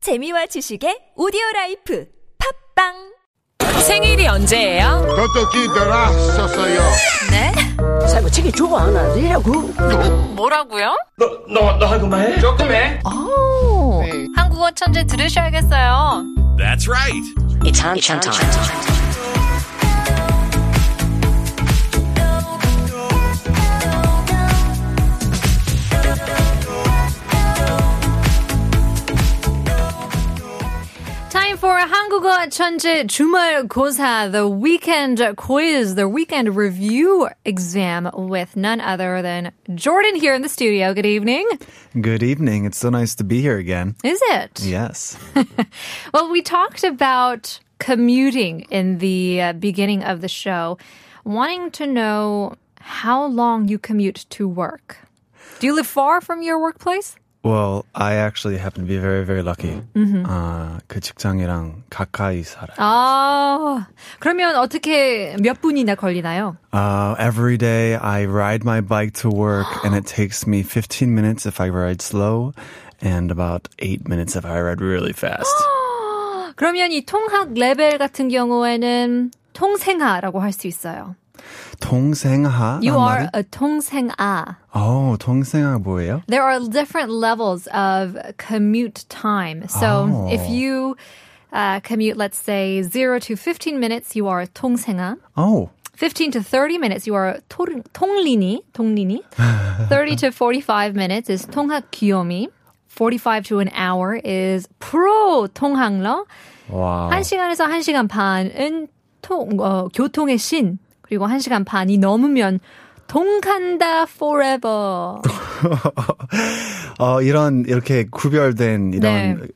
재미와 지식의 오디오 라이프 팝빵 생일이 언제예요? 어떻게 들었었어요? 네? 살고 책이 주고 하나 내라고 뭐라고요? 네. 한국어 천재 들으셔야겠어요. That's right. It's hunch hunch hunch Time for 한국어 천재 주말 고사, the weekend quiz, the weekend review exam with none other than Jordan here in the studio. Good evening. Good evening. It's so nice to be here again. Is it? Yes. Well, we talked about commuting in the uh, beginning of the show, wanting to know how long you commute to work. Do you live far from your workplace? Well, I actually happen to be very, very lucky. Mm-hmm. 아, 그 직장이랑 가까이 살아요. 아, 그러면 어떻게 몇 분이나 걸리나요? Uh, every day I ride my bike to work and it takes me 15 minutes if I ride slow and about 8 minutes if I ride really fast. 그러면 이 통학 레벨 같은 경우에는 통생아라고 할 수 있어요. 동생하? You are a 통생아. Oh, 동생하 뭐예요? There are different levels of commute time. So Oh. if you uh, commute, let's say 0 to 15 minutes, you are a 통생아. Oh, 15 to 30 minutes, you are 토르, 통리니, 통리니. 30 to 45 minutes is 통학 귀요미. 45 to an hour is 프로 통학러. wow. 한 시간에서 한 시간 반은 통, 어, 교통의 신. 그리고 한 시간 반이 넘으면 동간다 forever. 어, 이런, 이렇게 구별된 이런,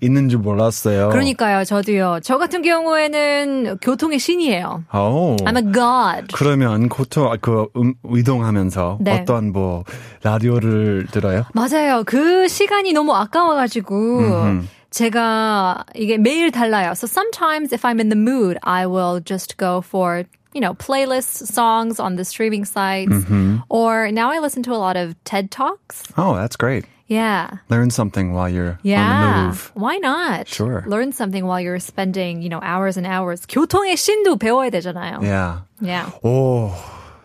있는 줄 몰랐어요. 그러니까요, 저도요. 저 같은 경우에는 교통의 신이에요. Oh. I'm a god. 그러면 고통 아, 그 음, 이동하면서 네. 어떤 뭐 라디오를 들어요? 맞아요. 그 시간이 너무 아까워가지고. 제가 이게 매일 달라요. So sometimes if I'm in the mood, I will just go for you know playlists, songs on the streaming sites. Or now I listen to a lot of TED talks. Oh, that's great. Yeah. Learn something while you're on the Yeah. move. Why not? Sure. Learn something while you're spending, you know, hours and hours. 교통의 신도 배워야 되잖아요. Yeah. Yeah. 오,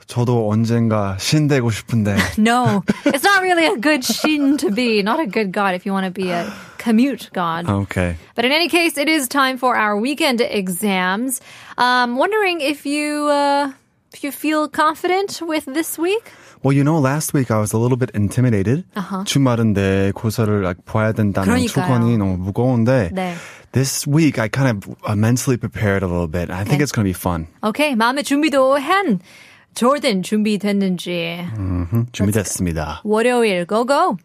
저도 언젠가 신 되고 싶은데. No, it's not really a good shin to be, not a good god if you want to be a commute god. Okay. But in any case, it is time for our weekend exams. Um, wondering if you uh, if you feel confident with this week. Well, you know, last week I was a little bit intimidated. 주말인데 고사를 like, 봐야 된다는 Uh-huh. 그러니까요. 조건이 너무 무거운데. 네. This week I kind of uh, mentally prepared a little bit. I think 네. it's going to be fun. Okay, 마음의 준비도 한 Jordan 준비됐는지 준비됐습니다. 월요일 go go.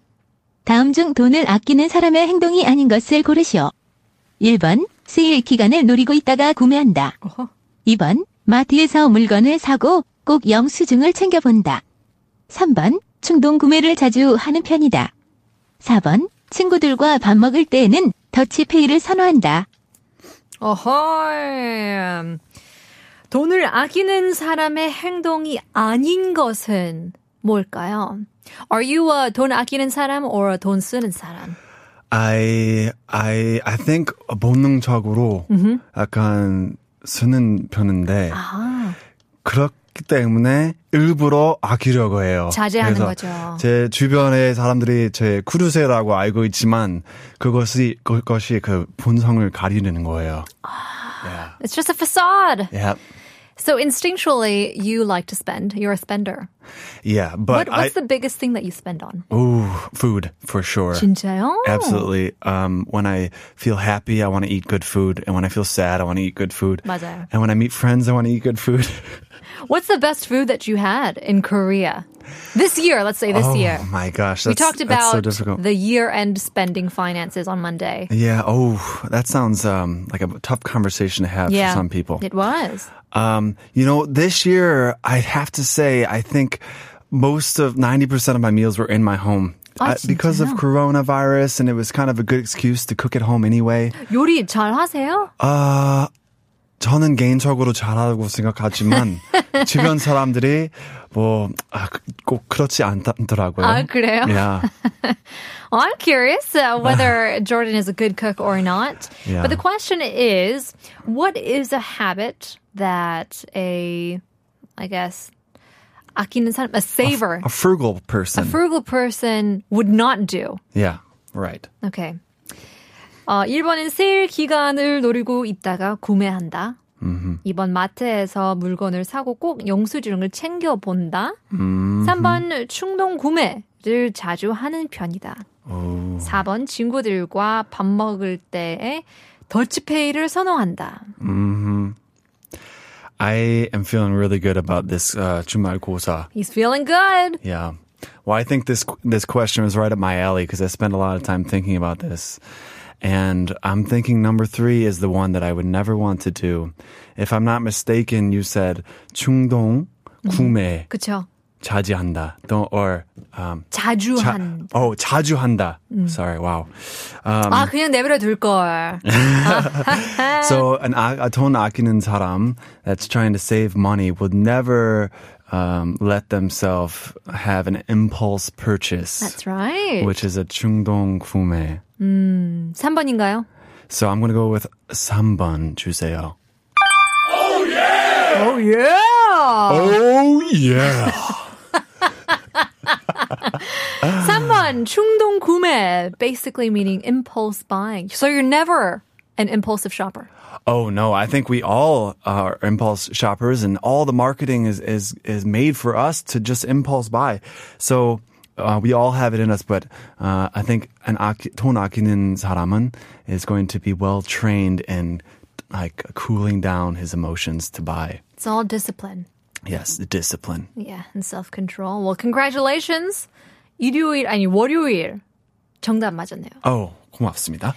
다음 중 돈을 아끼는 사람의 행동이 아닌 것을 고르시오. 1번, 세일 기간을 노리고 있다가 구매한다. 2번, 마트에서 물건을 사고 꼭 영수증을 챙겨본다. 3번, 충동 구매를 자주 하는 편이다. 4번, 친구들과 밥 먹을 때에는 더치페이를 선호한다. 어허. 돈을 아끼는 사람의 행동이 아닌 것은 뭘까요? Are you a 돈 아끼는 사람 or a 돈 쓰는 사람? I I I think 본능적으로 약간 쓰는 편인데 아, 그렇기 때문에 일부러 아끼려고 해요. 자제하는 그래서 거죠. 제 주변의 사람들이 제 크루세라고 알고 있지만 그것이 그것이 그 본성을 가리는 거예요. it's just a facade. Yeah, So instinctually, you like to spend. You're a spender. yeah. What, But I what's the biggest thing that you spend on? ooh food for sure. 진짜요? Absolutely. Um, when I feel happy, I want to eat good food, and when I feel sad, I want to eat good food. 맞아요. And when I meet friends, I want to eat good food. What's the best food that you had in Korea this year? Let's say this oh year. my gosh, we that's, talked that's so about difficult. the year-end spending finances on Monday. Yeah. Oh, that sounds um, like a tough conversation to have for some people. It was. Um, you know, this year I have to say I think most of ninety percent of my meals were in my home. I Uh, because of 진짜요? coronavirus, and it was kind of a good excuse to cook at home anyway. 요리 잘 하세요? Uh, 저는 개인적으로 잘하고 생각하지만 주변 사람들이 뭐 꼭 그렇지 않더라고요. 아, 그래요? Yeah. Well, I'm curious uh, whether Jordan is a good cook or not. Yeah. But the question is, what is a habit that a, I guess, 아끼는 사람, a saver, A frugal person. frugal person would not do? yeah. Right. Okay. 어, 1번은 세일 기간을 노리고 있다가 구매한다. 2번 마트에서 물건을 사고 꼭 영수증을 챙겨본다. 3번 충동 구매를 자주 하는 편이다. 4번 친구들과 밥 먹을 때에 더치페이를 선호한다. I am feeling really good about this uh, 주말고사. He's feeling good. Yeah. Well, I think this this question is right up my alley because I spend a lot of time thinking about this. And I'm thinking number three is the one that I would never want to do. If I'm not mistaken, you said 충동 구매 그쵸? 자주 한다. Don't or um, 자주 자, 한. oh 자주 한다. Sorry, wow. 아, 그냥 내버려 둘 걸. So Uh, an a, a 돈 아끼는 사람 that's trying to save money would never um, let themselves have an impulse purchase, That's right. which is a 충동 구매. 3번인가요? So I'm gonna go with 3번 주세요. Oh yeah. Oh yeah. 3번 충동 구매 basically meaning impulse buying. So you're never an impulsive shopper. oh no, I think we all are impulse shoppers, and all the marketing is is is made for us to just impulse buy. So. Uh, we all have it in us, but uh, I think an 아끼, 돈 아끼는 사람은 is going to be well trained in like cooling down his emotions to buy. It's all discipline. Yes, the discipline. Yeah, and self-control. Well, congratulations. 일요일 아니 월요일 정답 맞았네요. Oh, 고맙습니다.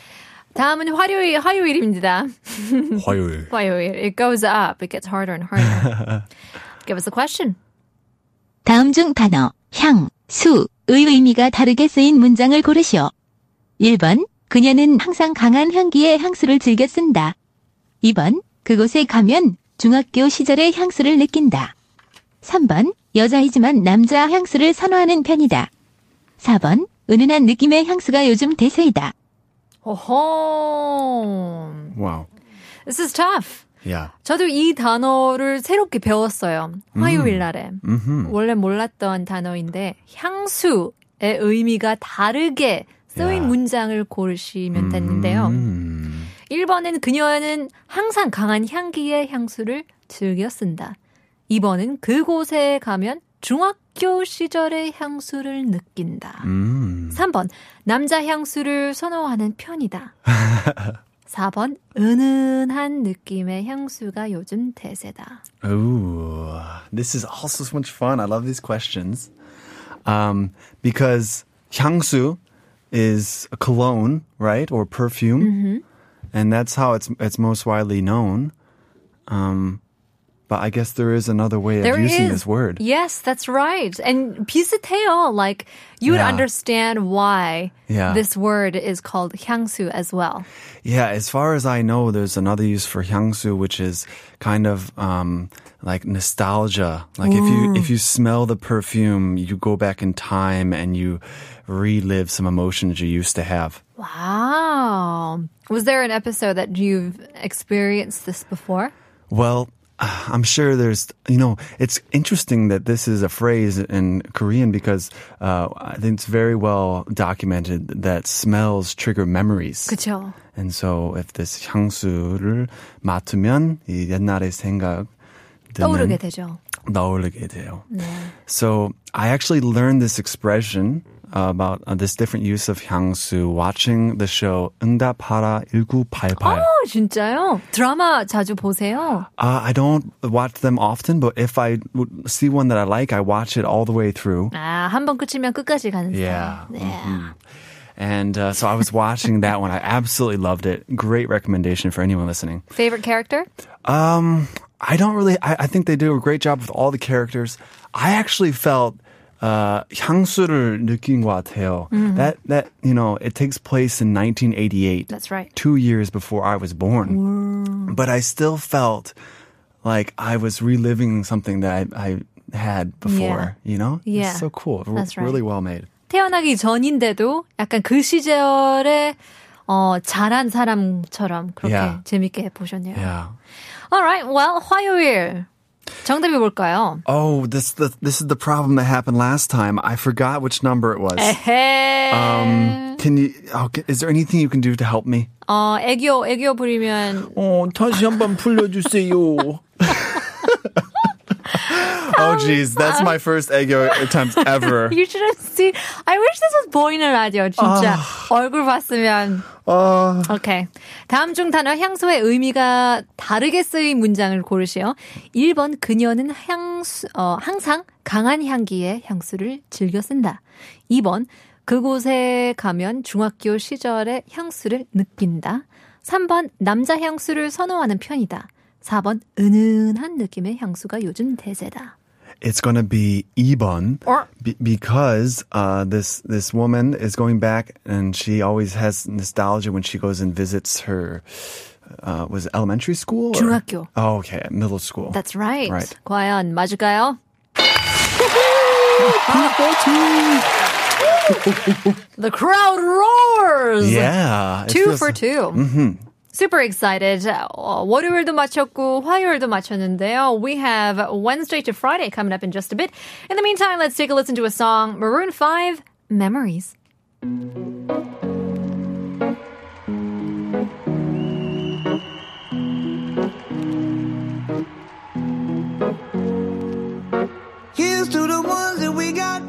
다음은 화요일 화요일입니다. 화요일. 화요일. It goes up. It gets harder and harder. Give us a question. 다음 중 단어, 향, 수, 의 의미가 다르게 쓰인 문장을 고르시오. 1번, 그녀는 항상 강한 향기의 향수를 즐겨 쓴다. 2번, 그곳에 가면 중학교 시절의 향수를 느낀다. 3번, 여자이지만 남자 향수를 선호하는 편이다. 4번, 은은한 느낌의 향수가 요즘 대세이다. 오호. Wow. This is tough. Yeah. 저도 이 단어를 새롭게 배웠어요. 화요일 날에. Mm-hmm. 원래 몰랐던 단어인데 향수의 의미가 다르게 쓰인 야. 문장을 고르시면 되는데요. 음. 1번은 그녀는 항상 강한 향기의 향수를 즐겨 쓴다. 2번은 그곳에 가면 중학교 시절의 향수를 느낀다. 음. 3번 남자 향수를 선호하는 편이다. 4번 은은한 느낌의 향수가 요즘 대세다. Ooh, this is also so much fun. I love these questions. Um, because 향수 is a cologne, right? Or perfume. Mm-hmm. And that's how it's it's most widely known. Um, but I guess there is another way There of using is. this word. Yes, that's right. And 비슷해요. Like you would Yeah. understand why Yeah. this word is called 향수 as well. Yeah, as far as I know, there's another use for hyangsu, which is kind of um, like nostalgia. Like if Mm. you if you smell the perfume, you go back in time and you relive some emotions you used to have. Wow. Was there an episode that you've experienced this before? Well, I'm sure there's, you know, it's interesting that this is a phrase in Korean because uh, I think it's very well documented that smells trigger memories. 그쵸. And so if this 향수를 맡으면 이 옛날의 생각 떠오르게 되죠. 나오르게 돼요. So I actually learned this expression uh, about uh, this different use of 향수 watching the show 응답하라 1988. 어, 진짜요? 드라마 자주 보세요? Uh, I don't watch them often, but if I would see one that I like, I watch it all the way through. 아, 한 번 끝이면 끝까지 가는 스타일. 네. Yeah. mhm. And uh, so I was watching that one. I absolutely loved it. Great recommendation for anyone listening. Favorite character? I don't really. I, I think they do a great job with all the characters. I actually felt uh, 향수를 느낀 것 같아요. Mm-hmm. That that you know, it takes place in 1988. That's right. Two years before I was born. but I still felt like I was reliving something that I, I had before. You know, Yeah. it's so cool. R- That's right. Really well made. 태어나기 전인데도 약간 그 시절에 어, 자란 사람처럼 그렇게 Yeah. 재밌게 보셨네요. Yeah. Alright, well, 화요일. 정답이 뭘까요? Oh, this the, this is the problem that happened last time. I forgot which number it was. Eh. 에헤. Um, can you? Okay, is there anything you can do to help me? 어, 애교, 애교 부리면 어, 다시 한번 불러주세요. oh, geez, Oh, that's my first eggo attempt ever. You should have seen. I wish this was 보이는 라디오. 진짜 얼굴 봤으면. 어, 오케이. 다음 중 단어 향수의 의미가 다르게 쓰인 문장을 고르시오. 1번 그녀는 향수, 어, 항상 강한 향기의 향수를 즐겨 쓴다. 2번 그곳에 가면 중학교 시절의 향수를 느낀다. 3번 남자 향수를 선호하는 편이다. 4번 은은한 느낌의 향수가 요즘 대세다. it's gonna be Ibon Or- be- because uh, this this woman is going back, and she always has nostalgia when she goes and visits her. Uh, was it elementary school? or- 중학교. Oh, okay, middle school. That's right. Right. 과연 맞을까요? The crowd roars. Yeah. it Two feels- for 2 Super excited. 어, 월요일도 마쳤고 화요일도 마쳤는데요. We have Wednesday to Friday coming up in just a bit. In the meantime, let's take a listen to a song, Maroon 5, Memories. Here's to the ones that we got.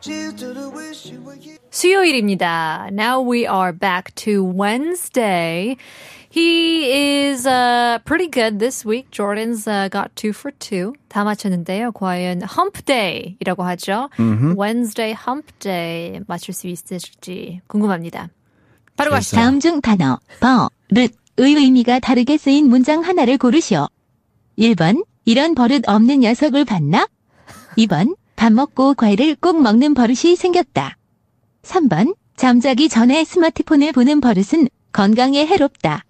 Cheers to the wish you were here. 수요일입니다. Now we are back to Wednesday. He is uh, pretty good this week. Jordan's uh, got two for two. 다 맞췄는데요. 과연 hump day이라고 하죠. Wednesday hump day 맞출 수 있을지 궁금합니다. 바로 가시죠. 다음 중 단어 버릇의 의미가 다르게 쓰인 문장 하나를 고르시오. 1번 이런 버릇 없는 녀석을 봤나? 2번 밥 먹고 과일을 꼭 먹는 버릇이 생겼다. 3번 잠자기 전에 스마트폰을 보는 버릇은 건강에 해롭다.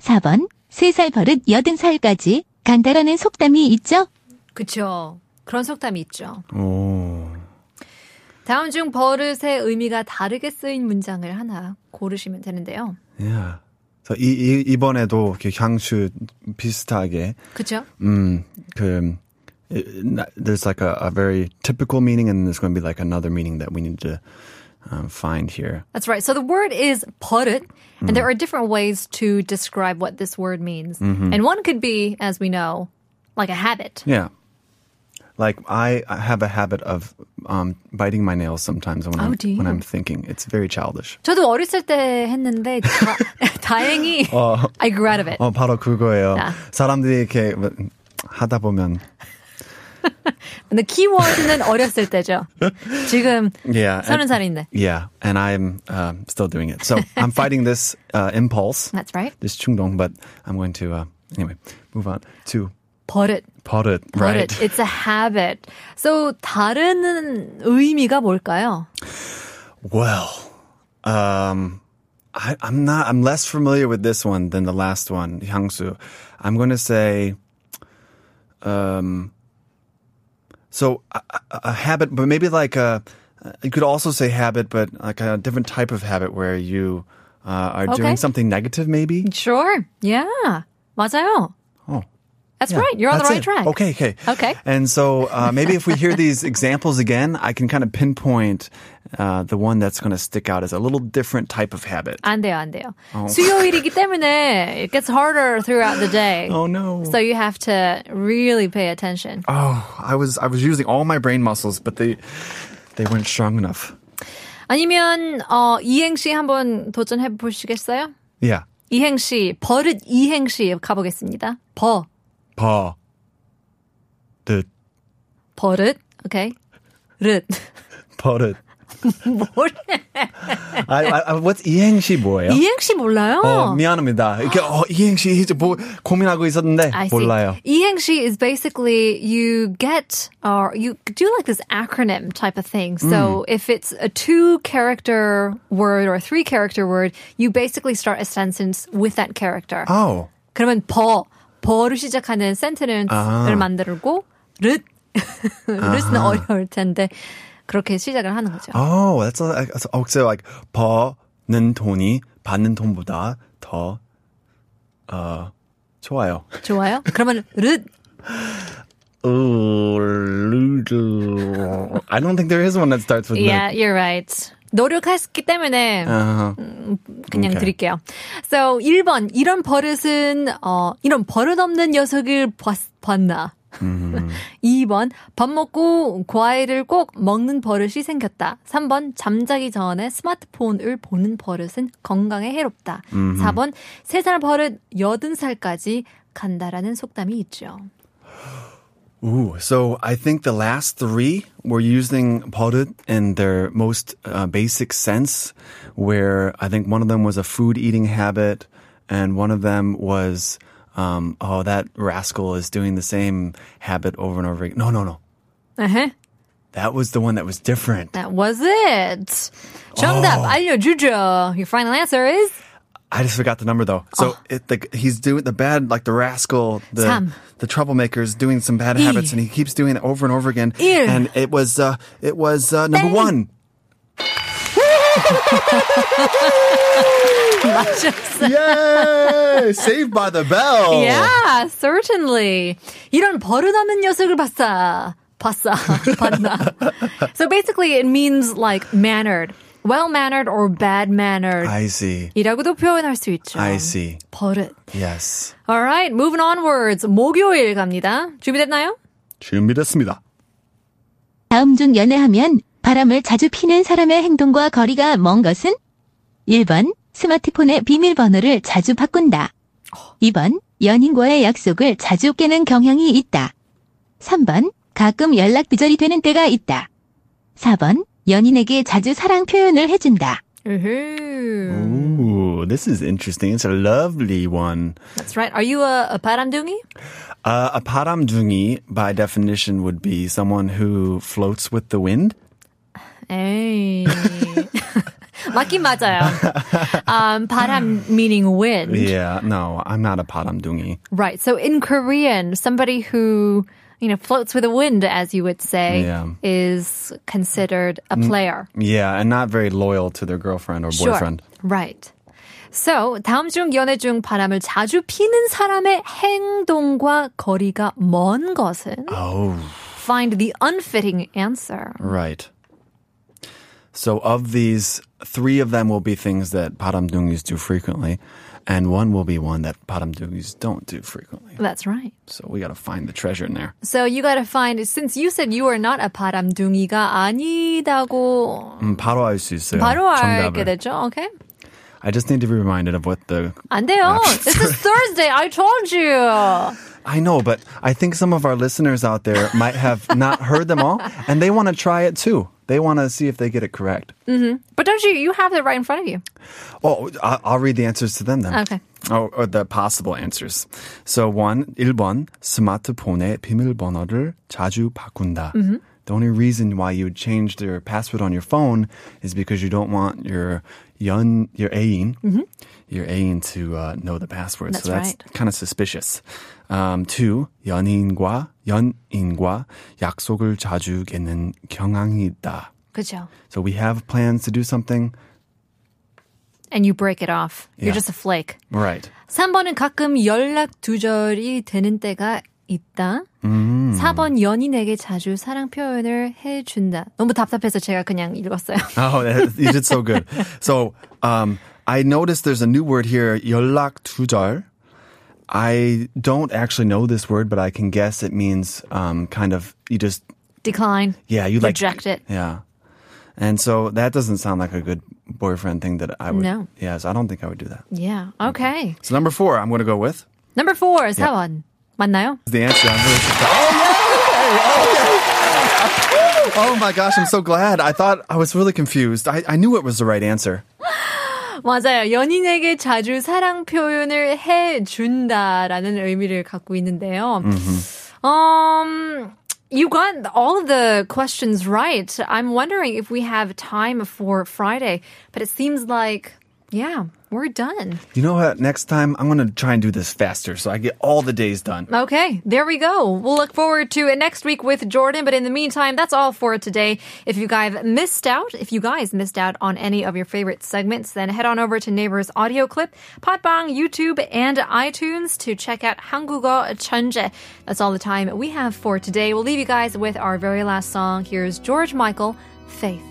4번 3살 버릇 80살까지 간다라는 속담이 있죠? 그쵸. 그런 속담이 있죠. Oh. 다음 중 버릇의 의미가 다르게 쓰인 문장을 하나 고르시면 되는데요. Yeah. So 이, 이 이번에도 그 향수 비슷하게 그쵸? 음, 그 Mm, um, it- there's like a, a very typical meaning and there's going to be like another meaning that we need to um, find here. That's right. So the word is 버릇, and Hmm. there are different ways to describe what this word means. Mm-hmm. And one could be, as we know, like a habit. Yeah. Like I I have a habit of um, biting my nails sometimes when Oh, I'm do you? when I'm thinking. It's very childish. 저도 어렸을 때 했는데 다, 다행히 I grew out of it. 어 바로 그거예요. 아. 사람들이 이렇게 하다 보면 근데 키워드는 어렸을 때죠. 지금 Yeah. 서른 and- 살인데. Yeah, and I'm um still doing it. So I'm fighting this uh, impulse, That's right. this 충동, but I'm going to uh, anyway move on to 버릇. 버릇, 버릇. right? It's a habit. So 다른 의미가 뭘까요? Well, um, I, I'm not. I'm less familiar with this one than the last one, Hyangsu. I'm going to say, um, so a, a- a habit, but maybe like a. You could also say habit, but like a different type of habit where you uh, are Okay. doing something negative, maybe. Sure. Yeah. 맞아요. Oh. That's Yeah, right. You're on the that's right it. track. Okay, okay. Okay. And so uh, maybe if we hear these examples again, I can kind of pinpoint uh, the one that's going to stick out as a little different type of habit. 안 돼요, 안 돼요. 어. 수요일이기 때문에 it gets harder throughout the day. Oh no. So you have to really pay attention. oh, I was I was using all my brain muscles, but they they weren't strong enough. 아니면 어 이행시 한번 도전해 보시겠어요? Yeah. 이행시 버릇 이행시 가보겠습니다. 버 Pa. The 버릇 오케이 릇 버릇. 뭘 I, I, I, what's 이행시 뭐예요? 이행시 몰라요? 어, 미안합니다. 이렇게 어, 이행시 이제 뭐 고민하고 있었는데 I see. 몰라요. 이행시 is basically you get or you do like this acronym type of thing. So Mm. if it's a two character word or a three character word, you basically start a sentence with that character. Oh. 그러면 버 버로 시작하는 센트런스를 아. 만들고 릇 릇은 어려울 텐데 그렇게 시작을 하는 거죠. Oh, that's all. that's- Oh, so like 버는 돈이 받는 돈보다 더 어, 좋아요. 좋아요? 그러면 릇 I don't think there is one that starts with Yeah, you're right. 노력했기 때문에 Uh-huh. 그냥 오케이. 드릴게요. So 1번 이런 버릇은 어 이런 버릇 없는 녀석을 봤, 봤나? 음. 2번 밥 먹고 과일을 꼭 먹는 버릇이 생겼다. 3번 잠자기 전에 스마트폰을 보는 버릇은 건강에 해롭다. 4번 세 살 버릇 80살까지 간다라는 속담이 있죠. Ooh, so I think the last three were using 버릇 in their most uh, basic sense, where I think one of them was a food eating habit, and one of them was, um, oh, that rascal is doing the same habit over and over again. No, no, no. 에헤. That was the one that was different. Uh-huh. That was it. 정답 어. 알려주죠. Your final answer is I just forgot the number though. So it, the, he's doing the bad, like the rascal, the Sam. the troublemaker is doing some bad habits, and he keeps doing it over and over again. Ew. And it was uh, it was uh, number one. 맞았어요. Yay! Saved by the bell. Oh. Yeah, certainly. 이런 버릇없는 녀석을 봤다. 봤다. 봤나. so basically it means like mannered. Well mannered or bad mannered. I see. 이라고도 표현할 수 있죠. I see. 버릇. Yes. Alright, moving onwards. 목요일 갑니다. 준비됐나요? 준비됐습니다. 다음 중 연애하면 바람을 자주 피는 사람의 행동과 거리가 먼 것은? 1번, 스마트폰의 비밀번호를 자주 바꾼다. 2번, 연인과의 약속을 자주 깨는 경향이 있다. 3번, 가끔 연락 두절이 되는 때가 있다. 4번, 연인에게 자주 사랑 표현을 해준다. 으흠. Ooh, this is interesting. It's a lovely one. That's right. Are you a, a 바람둥이? Uh, a paramdungi, by definition, would be someone who floats with the wind. 에이. 맞긴 맞아요. Um, 바람 meaning wind. Yeah. No, I'm not a paramdungi. Right. So in Korean, somebody who you know floats with the wind, as you would say, Yeah. Mm, is considered a player. Yeah, and not very loyal to their girlfriend or boyfriend. Right. So 다음 중 연애 중 바람을 자주 피는 사람의 행동과 거리가 먼 것은 Oh, find the unfitting answer. right. So of these, three of them will be things that paramdungis do frequently, and one will be one that paramdungis don't do frequently. That's right. So we got to find the treasure in there. So you gotta find since you said you are not a 바람둥이가 아니다고 음, 바로 알수 있어요. 바로 알게 정답을. 되죠. Okay. I just need to be reminded of what the. 안 돼요. This is Thursday. I told you. I know, but I think some of our listeners out there might have not heard them all, and they want to try it too. They want to see if they get it correct. But don't you? You have it right in front of you. Oh, I- I'll read the answers to them then. Okay. Oh, or the possible answers. So one, 1번 스마트폰의 비밀번호를 자주 바꾼다. Mm-hmm. The only reason why you would change your password on your phone is because you don't want your 연, your 애인, your 애인 to uh, know the password. so Mm-hmm. That's that's right. kind of suspicious. Um, two, 연인과 연인과 약속을 자주 깨는 경향이 있다. 그죠. So we have plans to do something. And you break it off. You're Yeah. just a flake. Right. 3번은 가끔 연락 두절이 되는 때가 있다. 4번 연인에게 자주 사랑 표현을 해준다. 너무 답답해서 제가 그냥 읽었어요. Oh, that- you did so good. So, um, I noticed there's a new word here, 연락 두절. I don't actually know this word, but I can guess it means um, kind of you just Decline. yeah you like Reject it. yeah, and so that doesn't sound like a good boyfriend thing that I would No. yeah so I don't think I would do that. Yeah. Okay. So number four, I'm going to go with Number four, 4번. 맞나요? the answer. I'm really surprised. Oh, yeah! oh my gosh, I'm so glad. I thought I was really confused. I, I knew it was the right answer. 맞아요. 연인에게 자주 사랑 표현을 해준다라는 의미를 갖고 있는데요. Um, you got all of the questions right. I'm wondering if we have time for Friday, but it seems like Yeah, we're done. You know what? Next time I'm gonna try and do this faster so I get all the days done. Okay, there we go. We'll look forward to it next week with Jordan. But in the meantime, that's all for today. If you guys missed out, if you guys missed out on any of your favorite segments, then head on over to Neighbors Audio Clip, Potbang, YouTube, and iTunes to check out 한국어 천재. That's all the time we have for today. We'll leave you guys with our very last song. Here's George Michael, Faith.